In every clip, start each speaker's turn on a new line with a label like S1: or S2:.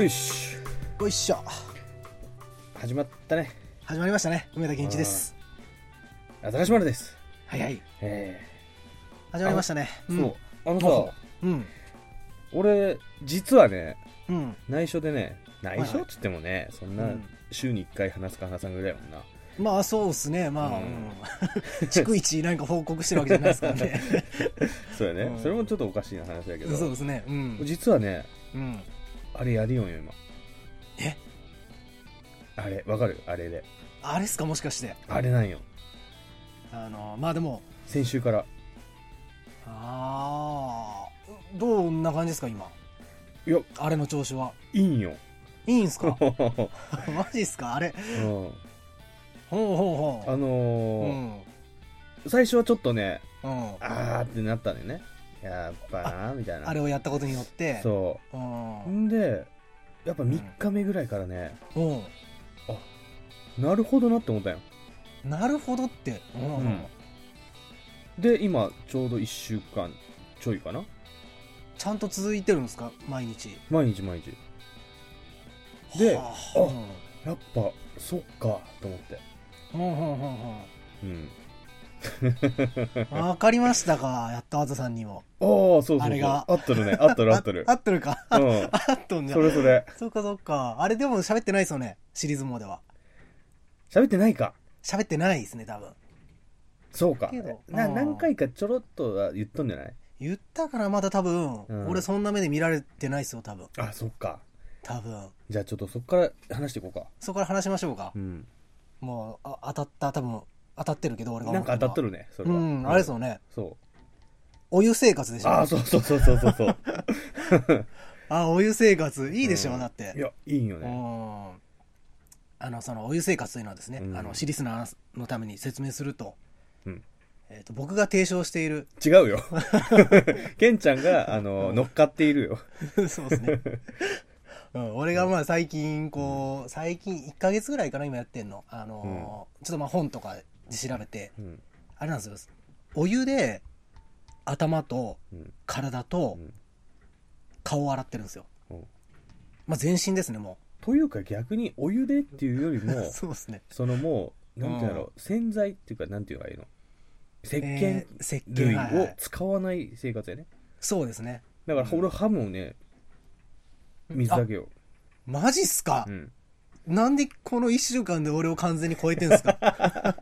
S1: よし
S2: よいしょ
S1: 始まったね
S2: 始まりましたね梅田健一です
S1: 新し丸です
S2: はいはい
S1: え
S2: 始まりましたね
S1: え
S2: ん
S1: そうあの
S2: ほ
S1: さ
S2: うん
S1: 俺実はね
S2: うん
S1: 内緒でね
S2: い
S1: 内緒っつってもねそん
S2: う
S1: なん週に1回話すか話さんぐらいやもんな
S2: まあそうですねまあ、
S1: う
S2: うん ん逐一なんか報告してるわけじゃないですからね
S1: そうやね
S2: うん
S1: それもちょっとおか しいな話だけ
S2: そう
S1: ど
S2: ですねうん、
S1: 実はね
S2: うん、
S1: あれやりよんよ今
S2: え
S1: あれわかるあれで
S2: あれっすかもしかして
S1: あれなんよ
S2: あのまあでも
S1: 先週から
S2: ああどんな感じですか今
S1: いや
S2: あれの調子はい
S1: いんよ
S2: いいんす
S1: うん
S2: かマジっすかあれほうほうほ
S1: あ
S2: うう
S1: のー
S2: ん
S1: 最初はちょっとね
S2: うん
S1: あーってなったんだよねやっぱなみたいな
S2: あれをやったことによって
S1: そ
S2: うん
S1: う
S2: うん
S1: んでやっぱ3日目ぐらいからね、
S2: うん
S1: なるほどなって思ったよ
S2: なるほどってうん、
S1: うんで今ちょうど1週間ちょいかな
S2: ちゃんと続いてるんですか毎日
S1: 毎日毎日で
S2: は
S1: あ
S2: うん
S1: やっぱそっかと思って
S2: ほんほんほんほん
S1: うん
S2: わかりましたか、やったわざさんにも。
S1: ああそうそう
S2: あ
S1: そう
S2: れが
S1: 合っとるね合っとる合っとる
S2: あ合ってるか。
S1: う
S2: あ
S1: ん
S2: 合っとんじゃ
S1: そ
S2: ん。
S1: れそれ
S2: そうかそうか。あれでも喋ってないですよね、シリーズもでは。
S1: 喋ってないか
S2: 喋ってないですね、多分。
S1: そうか
S2: けど
S1: な
S2: うん
S1: 何回かちょろっとは言っとんじゃない
S2: 言ったからまだ多分、
S1: うん
S2: 俺そんな目で見られてないですよ、多分。
S1: あそっか
S2: 多分。
S1: じゃあちょっとそっから話していこうか
S2: そこから話しましょうか。
S1: うん
S2: もうあ、当たった、多分、当たってるけど、俺が
S1: なんか当たっと
S2: る。
S1: るねそれ
S2: う
S1: は
S2: ん、あれですよね。
S1: そう
S2: お湯生活でしょ。
S1: ああ、そうそうそうそうそうそう。
S2: あお湯生活。いいでしょ、
S1: うん
S2: だって。
S1: いや、いいよね。
S2: うんあのそのお湯生活というのはですね、
S1: うん
S2: あのシリスナーのために説明すると,、
S1: うん
S2: えー、と僕が提唱している
S1: 違うよ。 ケンちゃんが、あの、乗っかっているよ。
S2: そうで すね、うん、俺がまあ最近こう、最近1か月ぐらいかな今やってんの、あのーちょっとまあ本とかで調べて
S1: うん。
S2: あれなんですよお湯で頭と
S1: うん。
S2: 体と
S1: うん
S2: 顔を洗ってるんですよ、
S1: うん
S2: まあ、全身ですねも
S1: というか逆に、お湯でっていうより
S2: う
S1: も、
S2: そうですね
S1: そのもう、なんていうんだろう、洗剤っていうか、なんていうのがいいの石鹸
S2: えー石鹸
S1: 類
S2: はいは
S1: を
S2: い
S1: 使わない生活やね。
S2: そうですね
S1: だから、俺、ハムをね、水だけよ。
S2: マジっすか、
S1: うん。
S2: なんでこの1週間で俺を完全に超えてん すか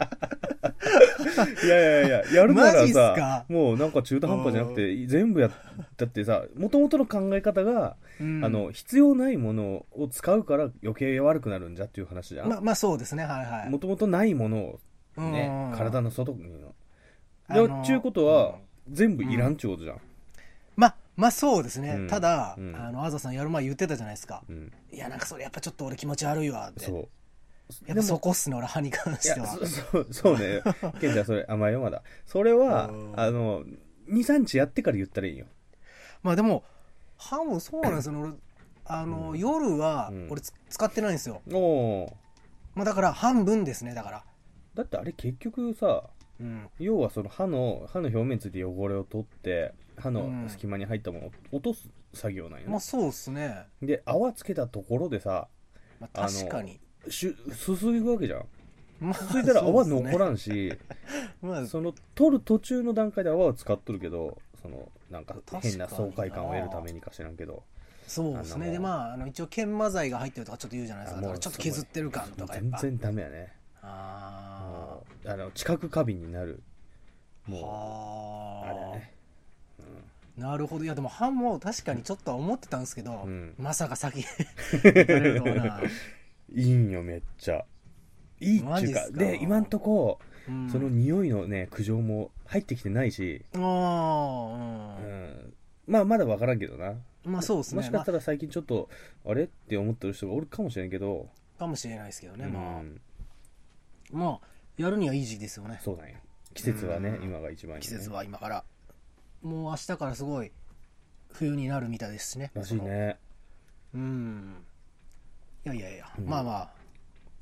S1: いやいやいや、やるな
S2: マ
S1: ら
S2: ジっす
S1: さ
S2: か、
S1: もうなんか中途半端じゃなくて、全部やっ、だってさ、もともとの考え方が、
S2: うん
S1: あの必要ないものを使うから余計悪くなるんじゃっていう話じゃ
S2: ま
S1: ん
S2: まあそうですねはいはい
S1: もともとないものを
S2: うん
S1: ね
S2: うんうん
S1: 体の外にの
S2: あの
S1: でっちゅうことは
S2: うん
S1: 全部いらんちゅうことじゃん
S2: まあまあそうですね、
S1: うん
S2: ただ、
S1: うん
S2: あのあざさんやる前言ってたじゃないですか、
S1: うん
S2: いやなんかそれやっぱちょっと俺気持ち悪いわって
S1: そう
S2: やっぱそこっすね俺歯に関
S1: い
S2: して
S1: や
S2: は
S1: そ そうそうねケンちゃんそれ甘いよまだそれは
S2: うん
S1: あの23日やってから言ったらいいよ
S2: まあでも歯もそうなんです よね俺あの、
S1: うん
S2: 夜は
S1: うん
S2: 俺つ使ってないんですよ、
S1: おお
S2: まあ、だから半分ですねだから、
S1: ーだってあれ結局さ
S2: うん、
S1: 要はその歯の歯の表面について汚れを取って歯
S2: う
S1: の
S2: ん
S1: 隙間に入ったものを落とす作業なんよ、
S2: ま
S1: ね
S2: あそうっすね、
S1: で泡つけたところでさ
S2: ま
S1: あ
S2: あ、
S1: の
S2: 確かに
S1: しすすぐわけじゃん
S2: まあ
S1: ついたら泡
S2: そうっすね
S1: 残らん し、
S2: まあ
S1: その取る途中の段階で泡を使っとるけどそのなんか
S2: 確かに
S1: 変な爽快感を得るためにか知らんけど
S2: そうです
S1: あんなも
S2: ね
S1: ん
S2: でまああの一応研磨剤が入ってるとかちょっと言うじゃないで
S1: あ
S2: すか
S1: もう
S2: だからちょっと削ってる感とかやっ
S1: 全
S2: ぱ
S1: 然ダメやね
S2: あ
S1: もうあの知覚過敏になる
S2: ー
S1: もうあれや
S2: は
S1: ね
S2: あなるほどいやでも歯も確かにちょっとは思ってたんですけど、
S1: うん
S2: まさか先に 行かれるとはな、
S1: いいんよめっちゃいいっ
S2: マ
S1: ちゅ
S2: ジ
S1: う
S2: っ
S1: か
S2: すか
S1: で今んとこ、
S2: うん、
S1: その匂いのね苦情も入ってきてないし、う
S2: あー、
S1: ん、まあまだ分からんけどな
S2: うん、まあそうです
S1: も
S2: ね
S1: しか
S2: ま
S1: したら最近ちょっとあれって思ってる人がおるかもしれんけど、
S2: あ、かもしれないですけどね、ま
S1: う
S2: あ
S1: ん
S2: まあやるにはいい時期ですよね
S1: そうなんよ季節はね、
S2: うん
S1: 今が一番いい、ね、
S2: 季節は今からもう明日からすごい冬になるみたいですしね
S1: らしいね
S2: うんいやいやいや、
S1: うん
S2: まあまあ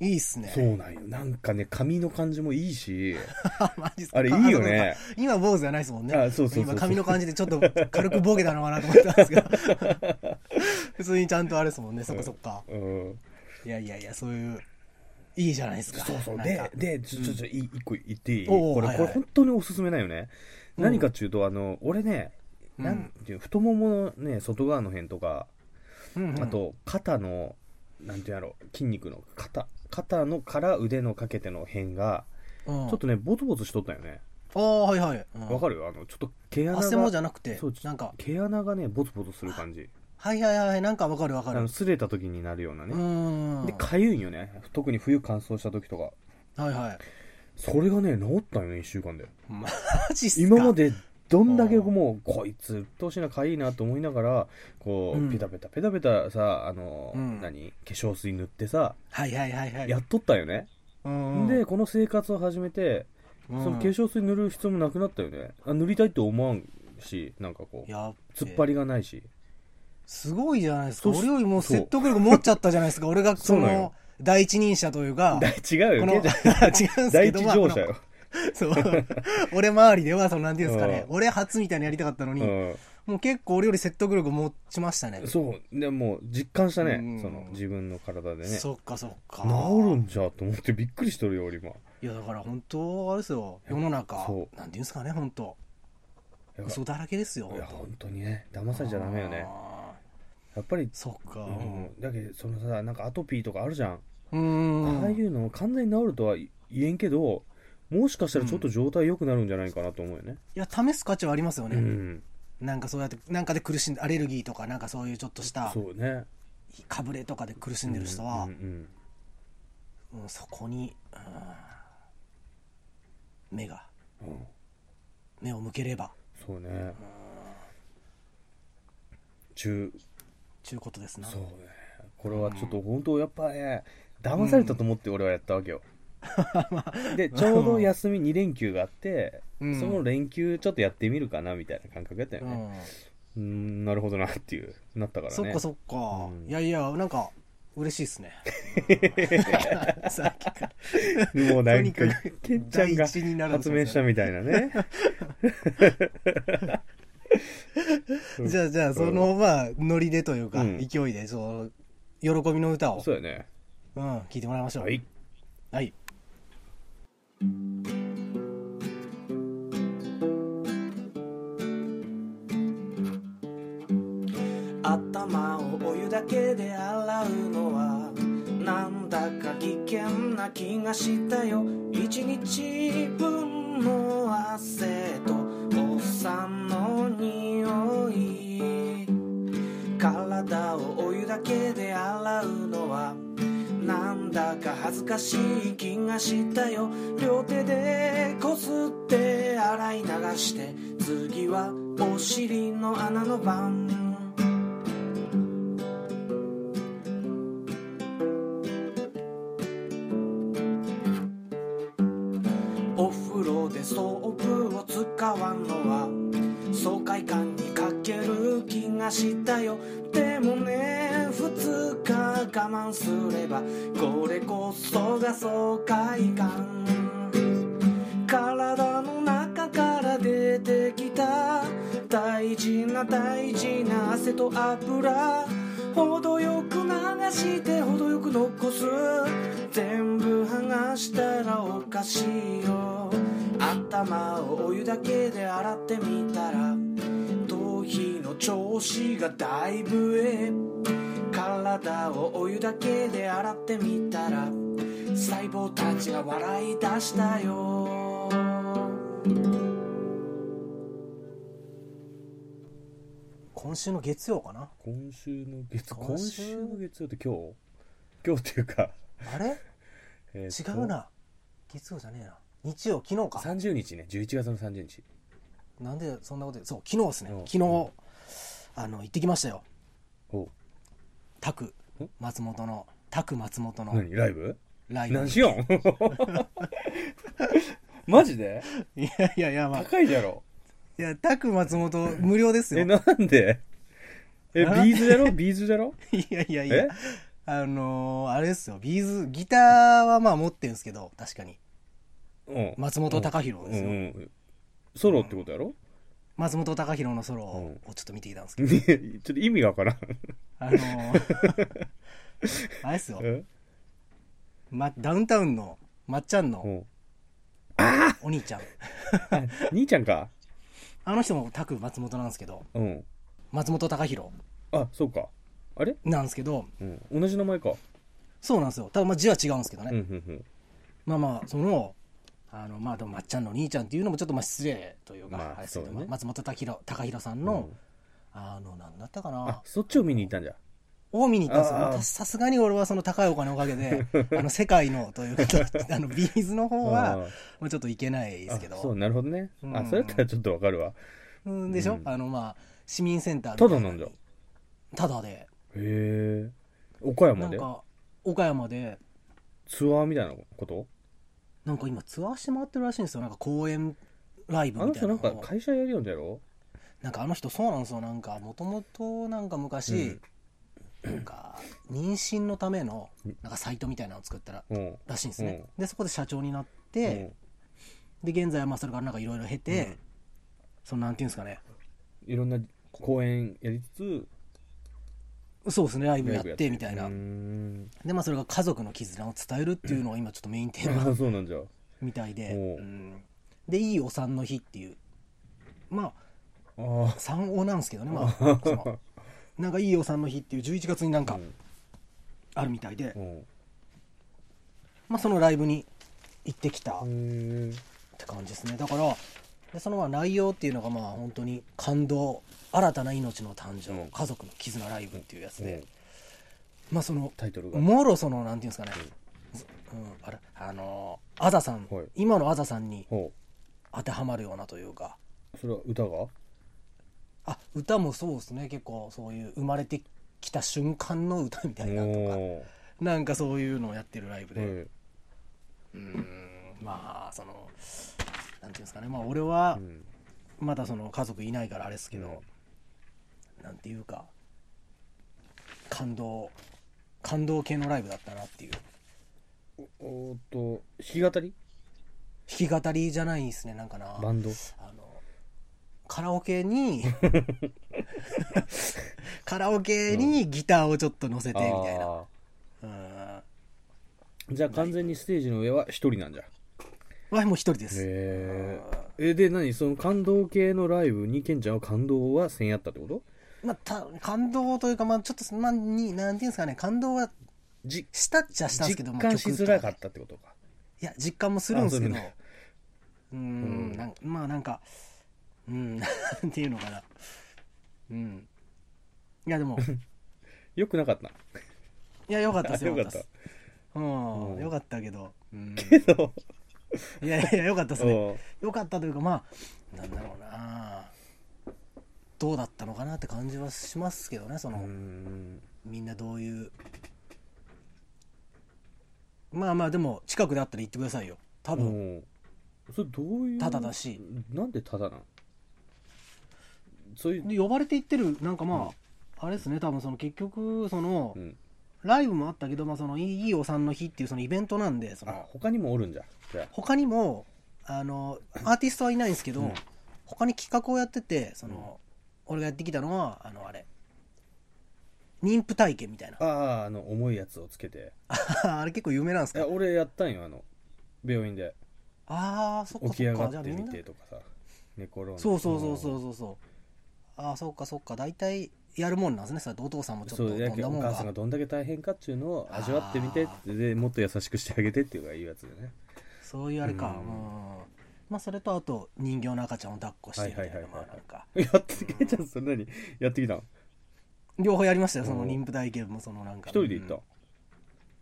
S2: いいっすね
S1: そうなんよなんかね髪の感じもいい し
S2: マジっすか
S1: あれいいよね
S2: あそうか 今坊主じゃないですもんね
S1: あそうそうそうそう
S2: 今髪の感じでちょっと 軽くボケたのかなと思ってたんですけど 普通にちゃんとあれですもんねそっかそっか
S1: うん
S2: いやいやいやそういういいじゃないですか
S1: そうそう
S2: なんか
S1: ででちょちょちょい一個言っていい
S2: おう
S1: これ
S2: はい
S1: こ
S2: は
S1: れ
S2: い
S1: 本当におすすめなんよね
S2: うん
S1: 何かっていうとあの俺ねなんていう太もものね外側の辺とか
S2: うんうん
S1: あと肩のなんていうんやろ筋肉の肩肩のから腕のかけての辺が
S2: うん
S1: ちょっとねボツボツしとったよね
S2: ああはいはいうん
S1: わかるあのちょっと毛穴
S2: 汗もじ
S1: が
S2: ゃなくて
S1: そうちょ
S2: なんか
S1: 毛穴がねボツボツする感じ
S2: はいはいはいなんかわかるわ
S1: あ
S2: かる
S1: の擦れた時になるような
S2: う
S1: ね
S2: ん
S1: でかゆいんよね特に冬乾燥した時とか
S2: はいはい
S1: それがね治ったよね1週間で
S2: マジっすか
S1: 今までどんだけもうこいつ鬱陶しいなかゆいなと思いながらこ
S2: うん
S1: うペタペタペタペタさあの
S2: うん
S1: 何化粧水塗ってさ
S2: はいはいはいはい
S1: やっとったよね
S2: うんうん
S1: でこの生活を始めて
S2: う
S1: そ
S2: ん
S1: の化粧水塗る必要もなくなったよねあ塗りたいと思わんしなんかこう
S2: やっべ
S1: 突っ張りがない し
S2: すごいじゃないですか
S1: そし
S2: 俺よりも
S1: そう
S2: 説得力持っちゃったじゃないですか俺がそ
S1: そうなんよ
S2: の第一人者というか
S1: 違う
S2: こ
S1: よ
S2: の 違う
S1: ケ
S2: んで
S1: イちゃん
S2: す
S1: 第
S2: け
S1: 一
S2: ど
S1: 乗車よ、
S2: そう俺周りではそのなんていうんですかね
S1: う
S2: 俺初みたいなやりたかったのにもう結構俺より説得力持ちましたね
S1: うん、そうでもう実感したね
S2: うん
S1: その自分の体でね治
S2: そっかそっか
S1: るんじゃと思ってびっくりしとるよ俺今
S2: いやだから本当あれですよ世の中
S1: そう
S2: なんていうんですかね本当
S1: いや
S2: 嘘だらけですよ
S1: いや
S2: 本
S1: 本当にね騙
S2: 当
S1: されちゃダメよね
S2: あ
S1: やっぱり
S2: ーそっか
S1: うん、だけどそのさなんかアトピーとかあるじゃん、
S2: うん
S1: ああいうの完全に治るとは言えんけどもしかしたらちょっと状態良くなるんじゃないかなと思うよね
S2: いや試す価値はありますよ
S1: う
S2: ね、
S1: ん、
S2: なんかそうやってなんかで苦しんでアレルギーとかなんかそういうちょっとした
S1: そうね
S2: かぶれとかで苦しんでる人は、
S1: うんうん
S2: うんそこに、うん目が
S1: うんうん
S2: 目を向ければ
S1: そうね中
S2: ちゅうことですな
S1: そうねこれはちょっと本当やっぱね騙されたと思って俺はやったわけよ、 でちょうど休み2連休があって、
S2: うん
S1: その連休ちょっとやってみるかなみたいな感覚やったよ
S2: う
S1: ね、
S2: ん
S1: うーんなるほどなっていうなったからね
S2: そっかそっか、
S1: うん
S2: いやいやなんか嬉しいっ すねさっきから
S1: もう
S2: と
S1: なん
S2: に
S1: か
S2: かく
S1: ケンちゃんが
S2: 第一になるんで
S1: 発
S2: すよ
S1: 明したみたいなね
S2: じゃあじゃあその、まあノリでというか、
S1: うん
S2: 勢いでその喜びの歌 を
S1: そうやね
S2: うん聞いてもらいましょう
S1: はい
S2: はい
S3: 頭をお湯だけで洗うのはなんだか危険な気がしたよ一日分の汗とおっさんの匂い体をお湯だけで洗うのはなんだか恥ずかしい気がしたよ両手でこすって洗い流して次はお尻の穴の番お風呂でソープを使わんのは爽快感に欠ける気がしたよでもね2日我慢すればこれこそが爽快感体の中から出てきた大事な大事な汗と油程よく流して程よく残す全部剥がしたらおかしいよ頭をお湯だけで洗ってみたら頭皮の調子がだいぶええ体をお湯だけで洗ってみたら細胞たちが笑い出したよ
S2: 今週の月曜かな
S1: 今週の月
S2: 今
S1: 今
S2: 週
S1: 週の月曜って今日今日っていうか、
S2: あれ
S1: えー
S2: 違
S1: と
S2: うな月曜じゃねえな日曜昨日か
S1: 30日ね11月の30日
S2: なんでそんなこと言うそう昨日ですね
S1: うん
S2: 昨日あの行ってきましたよ
S1: お
S2: タク
S1: ん
S2: 松本のタク松本の
S1: 何ライブ
S2: ライブ
S1: 何しよん マジで
S2: いやいやいやまあい
S1: 高いじゃろ
S2: やタク松本無料です
S1: え
S2: よ
S1: なんでえビ
S2: なんで
S1: ーズじゃろビーズじゃろ
S2: いやいやい
S1: え
S2: やあのーあれですよ、ビーズ、ギターはまあ持ってるんですけど、確かに。
S1: うん
S2: 松本隆弘ですよ。
S1: うんうんソロってことやろ、
S2: 松本隆弘のソロをちょっと見てきたんですけど、
S1: ね ちょっと意味わからん。
S2: あのーあれですよ、
S1: え
S2: ま、ダウンタウンのまっちゃん
S1: う
S2: の
S1: ん
S2: お兄ちゃん。
S1: あ兄ちゃんか。
S2: あの人もタク松本なんですけど、
S1: うん。
S2: 松本隆弘
S1: あ、そうか。あれ、
S2: なんですけど、
S1: うん、同じ名前か。
S2: そうなんですよ。ただまあ字は違うんですけどね。
S1: うんうん
S2: まあまあ、その、あのまあでもまっちゃんのお兄ちゃんっていうのもちょっとまあ失礼というか、
S1: まあ
S2: あれですけど
S1: そうだね
S2: 松本隆弘隆弘さん
S1: うん。
S2: の、
S1: うん
S2: あの、なんだったか
S1: あ
S2: な、
S1: そっちを見に行ったんじゃ。
S2: を見に行ったんですよ
S1: ああ
S2: 私。さすがに俺はその高いお金のおか げで、あの、世界のというか、 あの、ビーズの方は、
S1: あ
S2: まあ、ちょっといけない
S1: ー
S2: ですけど。
S1: あそう、なるほどね。
S2: う
S1: あ、
S2: ん
S1: それやったらちょっとわかるわ。
S2: うんでしょ、
S1: うん
S2: あの、まあ、市民センター
S1: ただなんだ。へ
S2: ただで。
S1: え。岡
S2: な
S1: 山
S2: ん
S1: で
S2: か、岡山で、
S1: ツアーみたいなこと
S2: なんか今ツアーして回ってるらしいんですよ。なんか公演ライブ
S1: あの
S2: みたい
S1: 人
S2: な
S1: な
S2: の
S1: んか
S2: を
S1: 会社やるよんだやろ
S2: なんかあの人そうなんですよ。なんか、もともとなんか昔、なんか、妊娠のための、なんかサイトみたいなのを作ったら、
S1: うん。
S2: らしいんですね。で、そこで社長になって、
S1: うん
S2: で現在はまあそれからなんかいろいろ経て、
S1: うん
S2: そのなんていうんですかね
S1: いろんな公演やりつつ、
S2: そうですねライブやっ
S1: ライブやってて
S2: みたいな、
S1: うーん
S2: でまあそれが家族の絆を伝えるっていうのが今ちょっとメインテーマ
S1: あそうなんじゃ。
S2: みたいで、
S1: おう
S2: うんでいいお産の日っていうま
S1: あー
S2: あ産おなんですけど ねまあそのなんかいいお産の日っていう11月になんか
S1: うん
S2: あるみたいで、
S1: うん。
S2: まあそのライブに行ってきたっ
S1: へえ。
S2: て感じですねだからでそのまあ内容っていうのがまあ本当に感動新たな命の誕生、
S1: うん
S2: 家族の絆ライブっていうやつで、
S1: うん
S2: まあその
S1: タイトルが。
S2: もろそのなんていうんですかね、うん、あれあのーアザさん、
S1: はい
S2: 今のアザさんに
S1: ほ
S2: 当てはまるようなというか
S1: う。それは歌が
S2: あ歌もそうですね結構そういう生まれてきた瞬間の歌みたいなとか
S1: おー
S2: なんかそういうのをやってるライブで、
S1: え
S2: うーんまあそのなんていうんですかねまあ俺は
S1: えうん
S2: まだその家族いないからあれですけど、なんていうか感動感動系のライブだったなっていう
S1: おおーっと弾き語り
S2: 弾き語りじゃないですねなんかな
S1: バンド
S2: あのカラオケ にカラオケにギターをちょっと乗せてみたいな、
S1: あ
S2: うん、
S1: ーじゃあ完全にステージの上は一人なんじゃへ
S2: わいもう一人です、
S1: ええで何その感動系のライブにケンちゃんは感動はせんやったってこと
S2: まあ、た感動というかまあちょっとまあになんていうんですかね感動は
S1: じ
S2: したっちゃしたんですけど
S1: 実感しづらかっ
S2: 曲と
S1: たってことか
S2: いや実感もするんですけど
S1: あそうね
S2: うー
S1: うん
S2: んなんまあなんかうん なんていうのかなうんいや でも
S1: よくなかった
S2: いやよかったです
S1: あよ
S2: よ
S1: かっ
S2: かっ
S1: た
S2: たですうん
S1: うん
S2: よかったけど うん
S1: けど
S2: いやいや、良かったですね。
S1: おー
S2: 良かったというか、まあ、なんだろうな。どうだったのかなって感じはしますけどね、そうの、
S1: ん
S2: みんなどういう。まあまあ、でも、近くであったら行ってくださいよ。多
S1: う
S2: 分、
S1: んそれどういう
S2: ただだし
S1: なんでただなんそういう
S2: で呼ばれて行ってる、なんかまあ、あれですね、多分その結局、その、
S1: うん
S2: ライブもあったけど、まあ、その、いいいいお産の日っていうそのイベントなんで、そ
S1: あ
S2: の、
S1: 他にもおるんじゃじゃあ
S2: 他にもあのアーティストはいないんですけど、
S1: うん
S2: 他に企画をやっててその、俺がやってきたのはあのあれ妊婦体験みたいな
S1: あああの重いやつをつけて
S2: あれ結構有名なんです
S1: い
S2: か
S1: や俺やったんよあの病院で
S2: ああそっか
S1: 起き
S2: そ
S1: 上
S2: っ
S1: が
S2: かじゃ
S1: っ
S2: あ
S1: て
S2: みん
S1: み
S2: な
S1: てとかさ寝転んで
S2: そうそうそうそうそうそうああそっかそっか大体やるもんなんですねそうやってお父さんもちょっ
S1: そ
S2: と
S1: う
S2: どん
S1: やけ
S2: な
S1: お
S2: もん
S1: 母さんが
S2: が
S1: どんだけ大変かっていうのを味わってみてってでもっと優しくしてあげてっていうのがいいやつでね
S2: そういうあれか
S1: う
S2: うんんまあそれとあと人形の赤ちゃんを抱っこしてみたい
S1: はいは
S2: な
S1: いはい
S2: ま
S1: はい
S2: あなんか
S1: やってけちゃんそんなにやってきたん
S2: 両方やりましたよその
S1: うん
S2: 妊婦体験もそのなんか
S1: 一人で行った
S2: うんん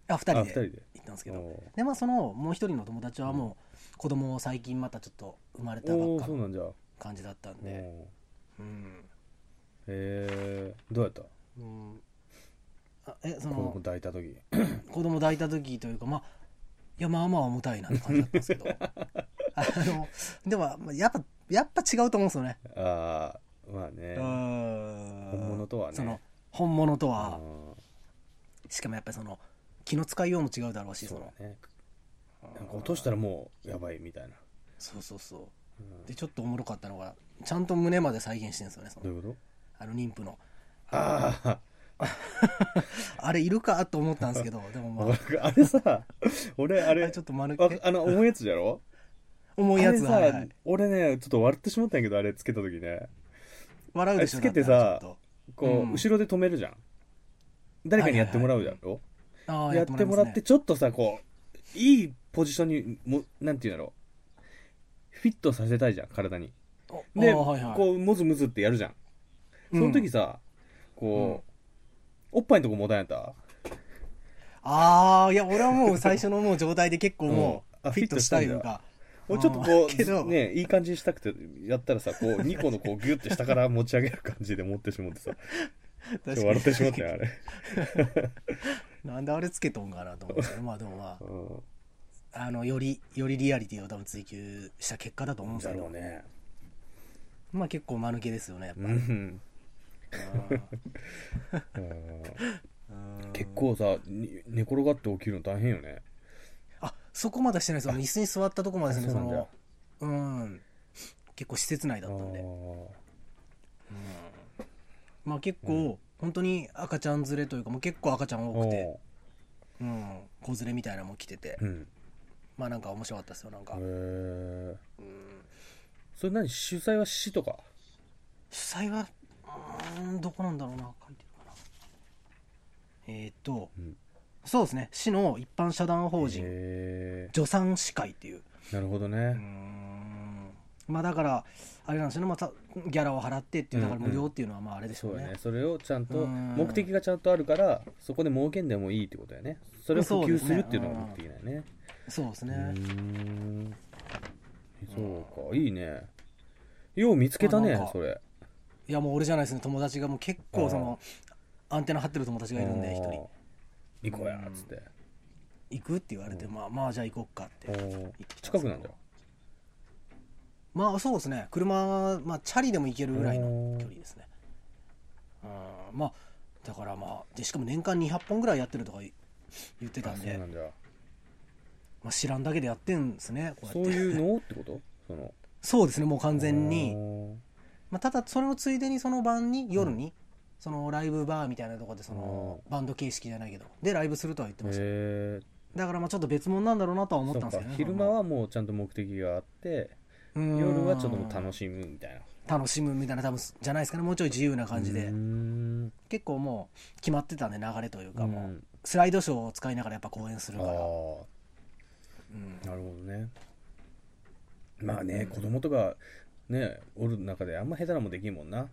S2: あ二
S1: あ
S2: 人
S1: 二
S2: で
S1: 人
S2: 行
S1: で
S2: ったんですけど
S1: お
S2: でまあそのもう一人の友達はもう子供を最近またちょっと生まれた
S1: ー
S2: ばっ
S1: お
S2: か
S1: ーそう
S2: の
S1: なんじゃお
S2: 感じだったん
S1: ー
S2: で、
S1: へ
S2: うん
S1: えどうやった
S2: うん、あえそ
S1: 子供
S2: の
S1: 抱いた時
S2: 子供抱いた時というかまあいやまあまあ重たいなって感じだったんですけど あのでもまあやっぱやっぱ違うと思うんですよね、
S1: ああまあね
S2: うん
S1: 本物とはね
S2: その本物と
S1: あ
S2: はしかもやっぱりその気の使いようも違うだろうしそ
S1: そう
S2: の
S1: だねなんか落としたらもうやばいみたいな、
S2: そうそうそう
S1: うん
S2: でちょっとおもろかったのがちゃんと胸まで再現してるんですよねそ
S1: ど
S2: の
S1: ういうこと
S2: あの妊婦の
S1: ああ
S2: あれいるかと思ったんです けどでもまあ
S1: あれさ俺あ
S2: あれ
S1: れ
S2: ちょっと丸
S1: あ
S2: え
S1: あの重いやつじゃろ
S2: 重いやつ
S1: あれ
S2: は
S1: さ、
S2: い
S1: 俺ねちょっと笑ってしまったんやけどあれつけた時ね
S2: 笑うでしょ
S1: あれつけてさ
S2: だってあれちょっ
S1: こう、
S2: うん
S1: 後ろで止めるじゃん誰かにやってもらうじゃん、
S2: とああ
S1: やってもらって
S2: いますね
S1: ちょっとさこういいポジションにもなんていうんだろうフィットさせたいじゃん体に
S2: お
S1: で、
S2: ああはいはい
S1: こうもずもずってやるじゃんその時さ、こう、おっぱいのとこ持たんやった
S2: ああいや俺はもう最初のもう状態で結構も
S1: うんあ
S2: うフィットしたいの
S1: フィットした
S2: か
S1: もうちょっとこ
S2: あーけど
S1: う、ね、いい感じにしたくてやったらさ、こう、2個のこう、ギュって下から持ち上げる感じで持ってしまってさ、ち
S2: 確
S1: ょ
S2: か
S1: っ
S2: に
S1: と笑ってしまったよ、あれ。
S2: なんであれつけとんかなと思ってまあでもま
S1: うん
S2: ああのよりよりリアリティを多分追求した結果だと思うんです
S1: だ
S2: けど
S1: ろうね。
S2: まあ結構間抜けですよねやっぱ
S1: うん。うん結構さ、に寝転がって起きるの大変よね。
S2: あそこまでしてないですあの椅子に座ったとこまでですね
S1: あそ
S2: そう
S1: なんだ
S2: のうん結構施設内だったんでまあ結構、本当に赤ちゃん連れというかもう結構赤ちゃん
S1: あ
S2: 多
S1: ー
S2: くて、うん、子連れみたいなのも来てて、
S1: うん。
S2: まあなんか面白かったですよなんか、
S1: へえ。
S2: うん
S1: それ何主催は死とか
S2: 主催はうーんどこなんだろうな書いてるかなえーっと、
S1: うん
S2: そうですね市の一般社団法人
S1: へ
S2: 助産師会っていう
S1: え。なるほど
S2: うー
S1: ね。
S2: んまあだからあれなんですよねまたギャラを払ってっていうだから無料っていうのはまああれでし
S1: そ
S2: ょ
S1: うう
S2: ね,、
S1: やね。それをちゃんと、
S2: うん
S1: 目的がちゃんとあるから、そこで儲けんでもいいってことやね。それを普
S2: そう
S1: 及
S2: です
S1: す
S2: ね
S1: るっていうのが目的だよね。
S2: そうです
S1: う
S2: ね、
S1: ん。そうか、いいね。よう見つけた
S2: あ
S1: ね
S2: なん、か
S1: それ。
S2: いやもう俺じゃないですね友達がもう結構そのアンテナ張ってる友達がいるんで一人
S1: 人。行こうや、つって。
S2: 行くって言われてまあまあじゃあ行こっかって
S1: お
S2: 行
S1: ー
S2: ってき
S1: 近
S2: たで
S1: く
S2: すけど
S1: なんだよ。
S2: まあそうですね車まあチャリでも行けるぐらいの距離ですねうんまあだからまあでしかも年間200本ぐらいやってるとかい言ってた
S1: あ
S2: ん
S1: そう
S2: で
S1: なんだ。
S2: まあ、知らんだけでやってんですねこう
S1: そう
S2: やって
S1: いうのってことその。
S2: そうですねもう完全に
S1: おー
S2: まあ、ただそれのついでにその晩に夜に、そのライブバーみたいなとこでそのバンド形式じゃないけどでライブするとは言ってました
S1: へえ。
S2: だからまあちょっと別物なんだろうなとは思っ
S1: そ
S2: たん
S1: う
S2: です
S1: か
S2: けどね
S1: 昼間はもうちゃんと目的があって夜
S2: 夜
S1: はちょっともう楽しむみたいな
S2: 楽しむみたいな多分じゃないですかねもうちょい自由な感じで、
S1: うーん
S2: 結構もう決まってたんで流れというか、も
S1: う
S2: うんスライドショーを使いながらやっぱ公演す
S1: あ
S2: る
S1: あ
S2: から、
S1: ーなるほどねまあね子供とかねおる中であんま下手なもんできんもん な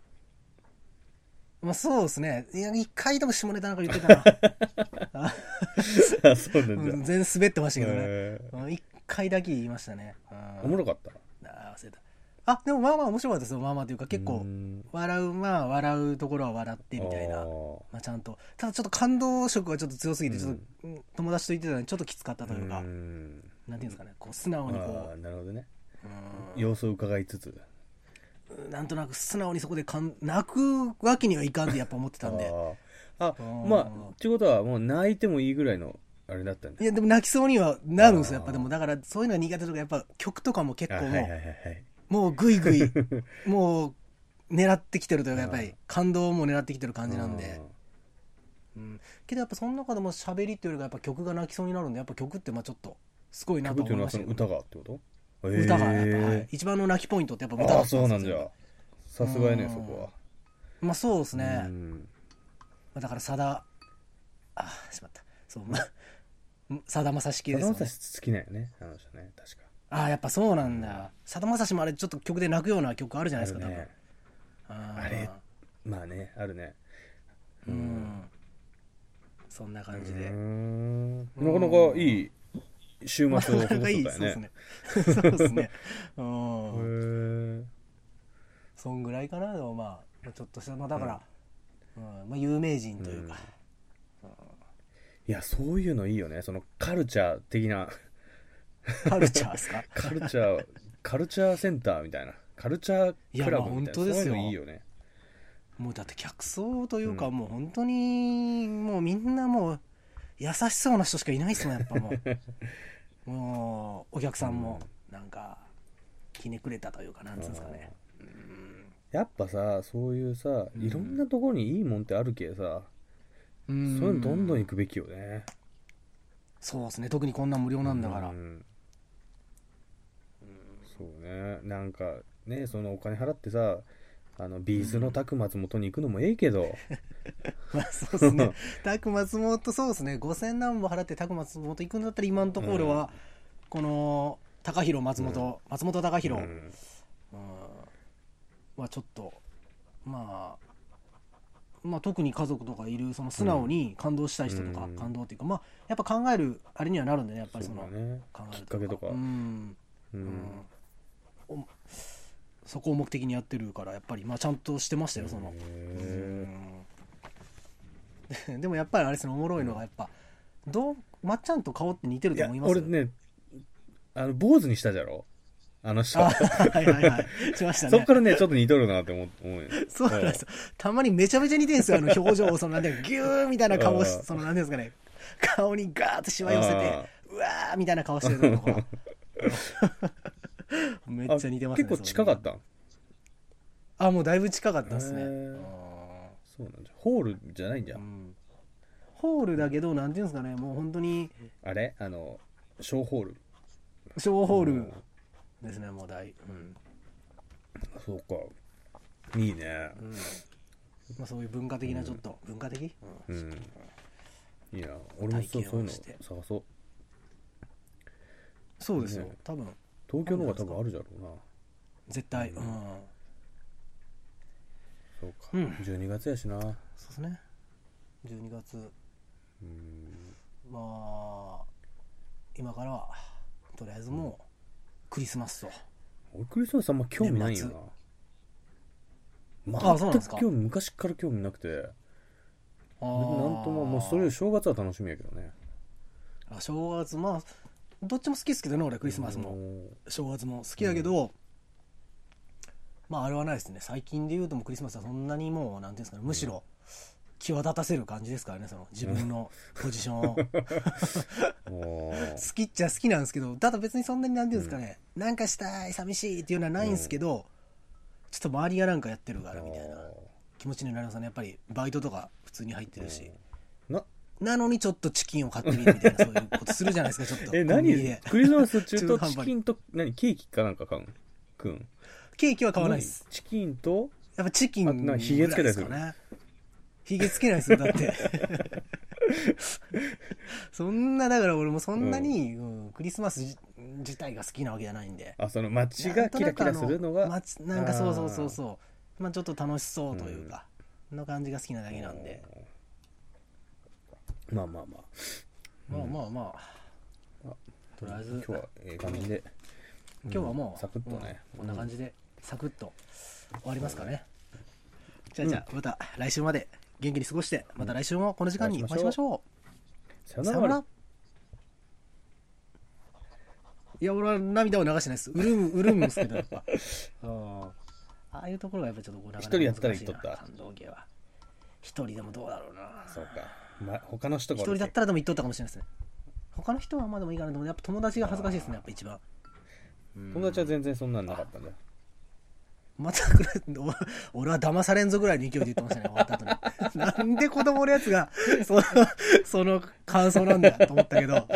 S2: まあ、そうですねいや一回でも下ネタなんか言ってたな、
S1: あ そうなん
S2: う
S1: じゃ
S2: ん、全然滑ってましたけどね
S1: へー
S2: うん一、回だけ言いましたね、
S1: お
S2: うん
S1: もろかった
S2: あー忘れたあでもまあまあ面白かったですよまあまあというか結
S1: うー
S2: 構
S1: ん
S2: 笑うまあ笑うところは笑ってみたい
S1: あ
S2: な
S1: ー
S2: まあ、ちゃんとただちょっと感動色がちょっと強すぎてちょっと、うん友達と言ってたのにちょっときつかったというか、
S1: うーん
S2: なんていうんですかねこう素直にこ
S1: ああなるほどね
S2: ううん
S1: 様子を伺いつつ
S2: なんとなく素直にそこでかん泣くわけにはいかんって やっぱ思ってたんで
S1: あーあまあってことはもう泣いてもいいぐらいのあれだったんだ
S2: いやでも泣きそうにはなるんですよ
S1: あー
S2: やっぱでもだからそういうのが苦手とかやっぱ曲とかも結
S1: あ
S2: 構
S1: はい
S2: もう,、
S1: はいはいはい
S2: もうグイ グイもう狙ってきてるというかやっぱり感動も狙ってきてる感じなんで、うん、けどやっぱその中でも喋りっていうよりかやっぱ曲が泣きそうになるんでやっぱ曲ってまあちょっとすごいな
S1: 曲
S2: と
S1: っていうの
S2: 思いま
S1: は
S2: し
S1: そ
S2: た
S1: の
S2: けど
S1: 歌がってこと
S2: 歌がやっぱ、は
S1: へ
S2: い、一番の泣きポイントってやっぱ
S1: ー
S2: 歌だ
S1: あ
S2: っ
S1: あそ
S2: たんですよ
S1: うなんじ
S2: そ
S1: ゃ
S2: れが
S1: さすがやね
S2: うん
S1: そこは
S2: まあそうですね、
S1: うん
S2: まあ、だからさだあしまったそうまあさだまさし系
S1: さ
S2: で
S1: だ
S2: すよ
S1: まさ
S2: ね
S1: し好きなんよねあの人ね確か
S2: ああやっぱそうなんださだまさしもあれちょっと曲で泣くような曲あるじゃないですか、
S1: あるね
S2: 多分あー
S1: あれまあねあるね
S2: うん、そんな感じ
S1: うー
S2: で、
S1: んなかなかいい週末を
S2: まあ
S1: 過ごせた
S2: なか
S1: よ
S2: なかいいそうです
S1: ね
S2: ねそうですねう
S1: へ
S2: ん
S1: ー
S2: そんぐらいかなでもまあちょっとしたまあだから、うんまあ、有名人というか、
S1: いやそういうのいいよねそのカルチャー的な
S2: カルチャーですか
S1: カルチャーカルチャーセンターみたいなカルチャークラブみたいなそう
S2: いやまあ本当ですよ
S1: いうのいいよね
S2: もうだって客層というか、もう本当にもうみんなもう優しそうな人しかいないっすもんやっぱも うもうお客さんもなんかひねくれたというかなんつうんですかねうん
S1: やっぱさそういうさ
S2: うん
S1: いろんなところにいいもんってあるけさ、
S2: うん
S1: そういうのどんどん行くべきよね、
S2: そうですね特にこんなん無料なんだから、
S1: うんそうねなんかねそのお金払ってさあのビーズのタク松本に行くのもええけど、
S2: まあそうで すねタク松本そうですね5000何本払ってタク松本行くんだったら今のところは、この高弘松本、松本高弘、うん
S1: ん
S2: まあちょっとまあまあ、特に家族とかいるその素直に感動したい人とか、
S1: うん
S2: 感動っていうか、まあ、やっぱ考えるあれにはなるんでねやっぱり
S1: そ
S2: そうの
S1: だね
S2: 考える
S1: きっかけとか
S2: うん、
S1: う
S2: うん
S1: ん
S2: おそこを目的にやってるからやっぱり、まあ、ちゃんとしてましたよその、
S1: へ
S2: うんでもやっぱりあれですねおもろいのがやっぱどうまっちゃんと顔って似てる
S1: い
S2: と
S1: や
S2: 思います
S1: 俺ねあの坊主にしたじゃろあの人
S2: あはいはいはいしました
S1: そっ
S2: ね
S1: からねちょっと似とるなって思思うよ
S2: そうなんですよたまにめちゃめちゃ似てるんですよあの表情をそのなんて いうかギューみたいな顔をし
S1: うん
S2: そのなんていうんですかね顔にガーッとしわ寄せてうわーみたいな顔してるのが めっちゃ似てますね
S1: あ結構近かったん
S2: あもうだいぶ近かったですね
S1: へー
S2: うん
S1: そうなんじゃホールじゃないんじゃん、
S2: うんホールだけどなんていうんですかねもう本当に
S1: あれあの小ホール
S2: 小ホー
S1: うん
S2: ルですねもう大、うん
S1: そうかいいね
S2: うんまあ、そういう文化的なちょっと、文化的、
S1: う
S2: うん
S1: んいや俺もそう
S2: 体験を
S1: そういうの
S2: して
S1: 探そう
S2: そうですよ、
S1: ね
S2: 多分
S1: 東京の方が多分あるじゃろうな
S2: 絶対うん、
S1: そうか、
S2: うん
S1: 12月やしな
S2: そうですね12月
S1: うん
S2: まあ今からはとりあえずもうクリスマスと、
S1: 俺クリスマスあんま興味ないよな
S2: 末あそうなん
S1: 全
S2: です
S1: く
S2: か
S1: 興味昔から興味なくて
S2: あ
S1: 別に
S2: ー
S1: なんとももうそれより正月は楽しみやけどね
S2: あ正月まあどっちも好きですけどね俺クリスマスも、 正月も好きだけど、まああれはないですね最近で言うともうクリスマスはそんなにもうなんていうんですかねむしろ際立たせる感じですからねその自 分のポジションを好
S1: もう
S2: きっちゃ好きなんですけどただ別にそんなになんていうんですかね、なんかしたい寂しいっていうのはないんですけど、ちょっと周りがなんかやってるからみたいな気持ちになりますねやっぱりバイトとか普通に入ってるし、
S1: な
S2: なのにちょっとチキンを買ってみるみたいなそういうことするじゃないですかちょっと
S1: え
S2: コンビニ
S1: 何
S2: で
S1: クリスマス中
S2: 中途
S1: と
S2: 半端
S1: チ
S2: に
S1: キンと何ケーキかなんか買うんくん
S2: ケーキは買わないです
S1: チキンと
S2: やっぱチキン
S1: あとなんかヒゲつけたりする
S2: ぐらいですかね。ひげつけないですよ、だ って。そんな、だから俺もそんなに、うんクリスマスじ自体が好きなわけじゃないんで。
S1: あその街がキラキラするのが
S2: なんとなくあのまなんかそうそうそうそう。まあちょっと楽しそうというか、の感じが好きなだけなんで。
S1: まあまあまあ
S2: まあまあまあ。とりあえず、
S1: 今日はええ感じで
S2: 今日はもう、
S1: サクッとね
S2: うんこんな感じで、サクッと終わりますかね。じゃあじゃあ、また来週まで元気に過ごして、また来週もこの時間にお会いしましょう。
S1: さよ
S2: さ
S1: な
S2: よな
S1: ら
S2: らいや俺は涙を流してないですうるむうるむんですけどやっ ぱうんああいうところがやっぱちょっとこうなかな
S1: 一
S2: か
S1: 人やったら生きとった
S2: 難しいな感動芸は一人でもどうだろうな
S1: そうか、ま、他の人が
S2: 一
S1: おる
S2: 人だったらでも言っとったかもしれないですね他の人はまあでもいいかなと思うやっぱ友達が恥ずかしいですねやっぱ一番
S1: 友達は全然そんなんなかったんだよ
S2: またくれお俺は騙されんぞぐらいの勢いで言ってましたね終わった 後になんで子供のやつがそのその感想なんだと思ったけど